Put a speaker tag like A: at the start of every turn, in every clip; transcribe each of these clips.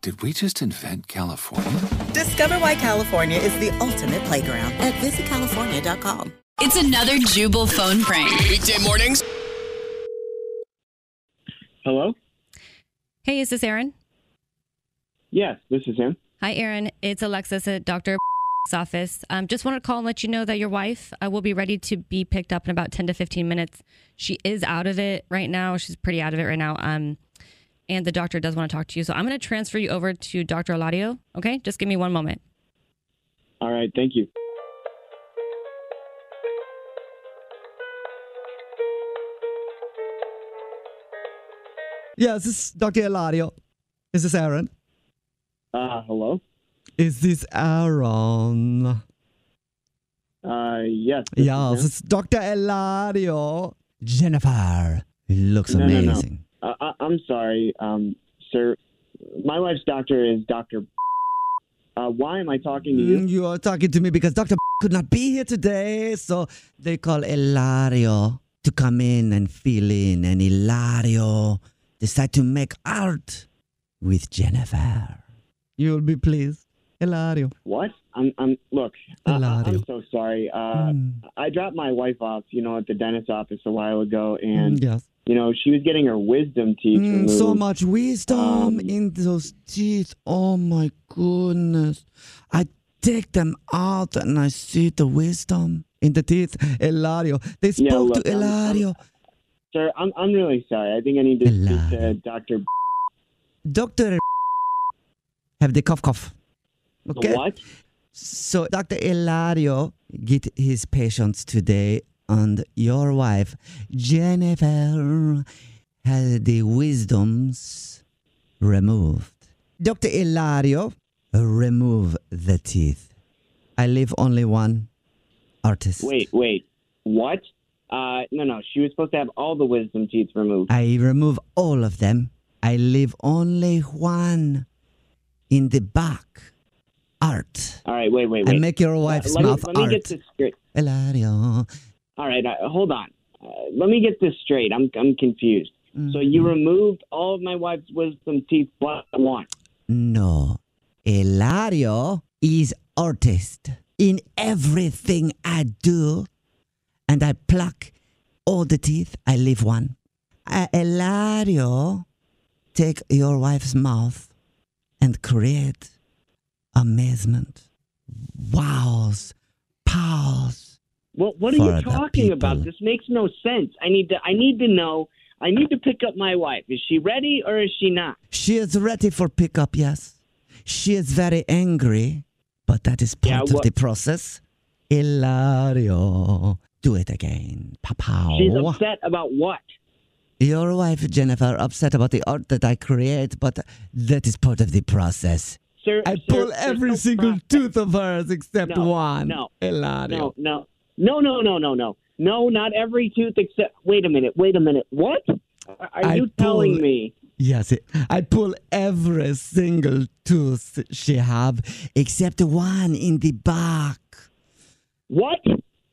A: Did we just invent California?
B: Discover why California is the ultimate playground at visitcalifornia.com.
C: It's another Jubal phone prank.
D: Weekday mornings.
E: Hello?
F: Hey, is this Aaron?
E: Yes, this is him.
F: Hi, Aaron. It's Alexis at Dr. 's office. Um, just wanted to call and let you know that your wife uh, will be ready to be picked up in about 10 to 15 minutes. She is out of it right now. She's pretty out of it right now. Um, and the doctor does want to talk to you. So I'm going to transfer you over to Dr. Eladio. Okay. Just give me one moment.
E: All right, thank you.
G: Yeah, this is Dr. Eladio. Is this Aaron?
E: Uh, hello?
G: Is this Aaron?
E: Uh, yes. this is
G: Yes,
E: him.
G: it's Dr. Eladio. Jennifer looks
E: No, no, no.
G: amazing.
E: Uh, I, I'm sorry, um, sir. My wife's doctor is Dr. Uh, why am I talking to you?
G: Mm, You are talking to me because Dr. could not be here today, so they call Eladio to come in and fill in, and Eladio decide to make art with Jennifer. You'll be pleased. Eladio.
E: What? I'm, I'm, look, I, I- I'm
G: Eladio.
E: so sorry. Uh,
G: Mm.
E: I dropped my wife off, you know, at the dentist's office a while ago, and,
G: Mm, yes.
E: you know, she was getting her wisdom teeth
G: Mm,
E: removed.
G: so much wisdom
E: Um,
G: in those teeth. Oh my goodness. I take them out and I see the wisdom in the teeth. Eladio. They spoke
E: Yeah, look,
G: to
E: I'm- I'm-
G: Eladio.
E: Sir, I'm, I'm really sorry. I think I need to speak to
G: Eladio.
E: Dr.
G: Doctor have the cough cough. Okay.
E: What?
G: So Dr. Eladio get his patients today and your wife Jennifer had the wisdoms removed. Dr. Eladio remove the teeth. I leave only one artist.
E: Wait, wait. What? Uh, no, no. She was supposed to have all the wisdom teeth removed.
G: I remove all of them. I leave only one in the back. Art.
E: All right, wait, wait,
G: I
E: wait.
G: make your wife's
E: let, me,
G: mouth
E: let me get
G: art.
E: this straight.
G: Eladio.
E: All right, uh, hold on. Uh, let me get this straight. I'm, I'm confused. So
G: Mm-hmm.
E: you removed all of my wife's wisdom teeth but one.
G: No. Eladio is artist in everything I do. And I pluck all the teeth. I leave one. Uh, Eladio take your wife's mouth and create amazement. Wows. Pals.
E: What, what are
G: For the
E: you talking about?
G: people.
E: This makes no sense. I need to. I need to know. I need to pick up my wife. Is she ready or is she not?
G: She is ready for pickup, yes. She is very angry, but that is part
E: Yeah,
G: of
E: what-
G: the process. Hilario, do it again.
E: She's
G: Papa.
E: upset about what?
G: Your wife, Jennifer, upset about the art that I create, but that is part of the process.
E: Sir,
G: I
E: sir,
G: pull
E: there's
G: every
E: no
G: single
E: process.
G: tooth of hers except
E: No,
G: one.
E: no,
G: Hilario.
E: No, no, no, no, no, no, no, no, not every tooth except. Wait a minute, wait a minute. What are are
G: I
E: you telling
G: pull-
E: me?
G: Yes, I pull every single tooth she have except one in the back.
E: What?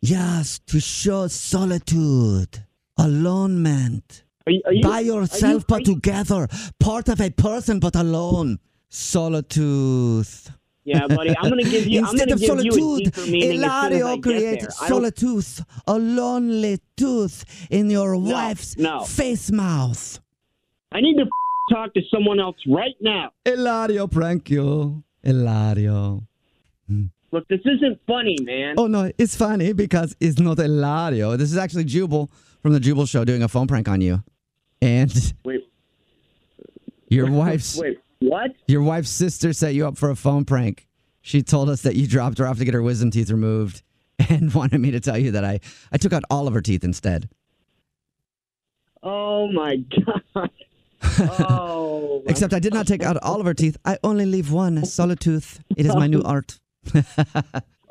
G: Yes, to show solitude, alonement.
E: Are you, are you-
G: By
E: are you
G: yourself, but
E: crazy?
G: together. Part of a person, but alone. Solitude.
E: Yeah, buddy, I'm gonna give you- I'm
G: Instead
E: gonna
G: of
E: give you a
G: solitude,
E: deeper meaning as soon as I
G: Hilario
E: get
G: created
E: there. I don't-
G: solitude, a lonely tooth in your wife's
E: no.
G: face mouth.
E: I need to talk to someone else right now.
G: Hilario, prank you. Hilario.
E: Look, this isn't funny, man.
G: Oh no, it's funny because it's not Eladio. This is actually Jubal from the Jubal Show doing a phone prank on you, and
E: Wait,
G: your wife's
E: wait, what?
G: your wife's sister set you up for a phone prank. She told us that you dropped her off to get her wisdom teeth removed, and wanted me to tell you that I I took out all of her teeth instead.
E: Oh my god. Oh. my-
G: Except I did not take out all of her teeth. I only leave one solitooth. It is my new art.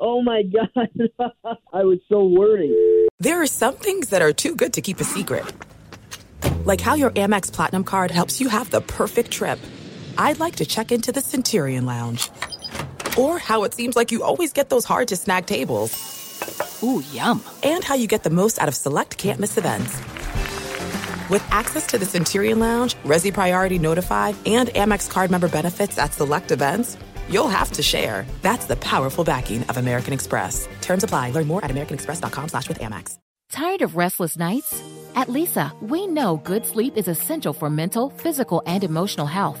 E: Oh my god. I was so worried.
H: There are some things that are too good to keep a secret. Like how your Amex Platinum card helps you have the perfect trip. I'd like to check into the Centurion Lounge. Or how it seems like you always get those hard to snag tables. Ooh, yum. And how you get the most out of select can't miss events. With access to the Centurion Lounge, Resi Priority Notify, and Amex card member benefits at select events, you'll have to share. That's the powerful backing of American Express. Terms apply. Learn more at americanexpress.com slash with Amex.
I: Tired of restless nights? At Lisa, we know good sleep is essential for mental, physical, and emotional health.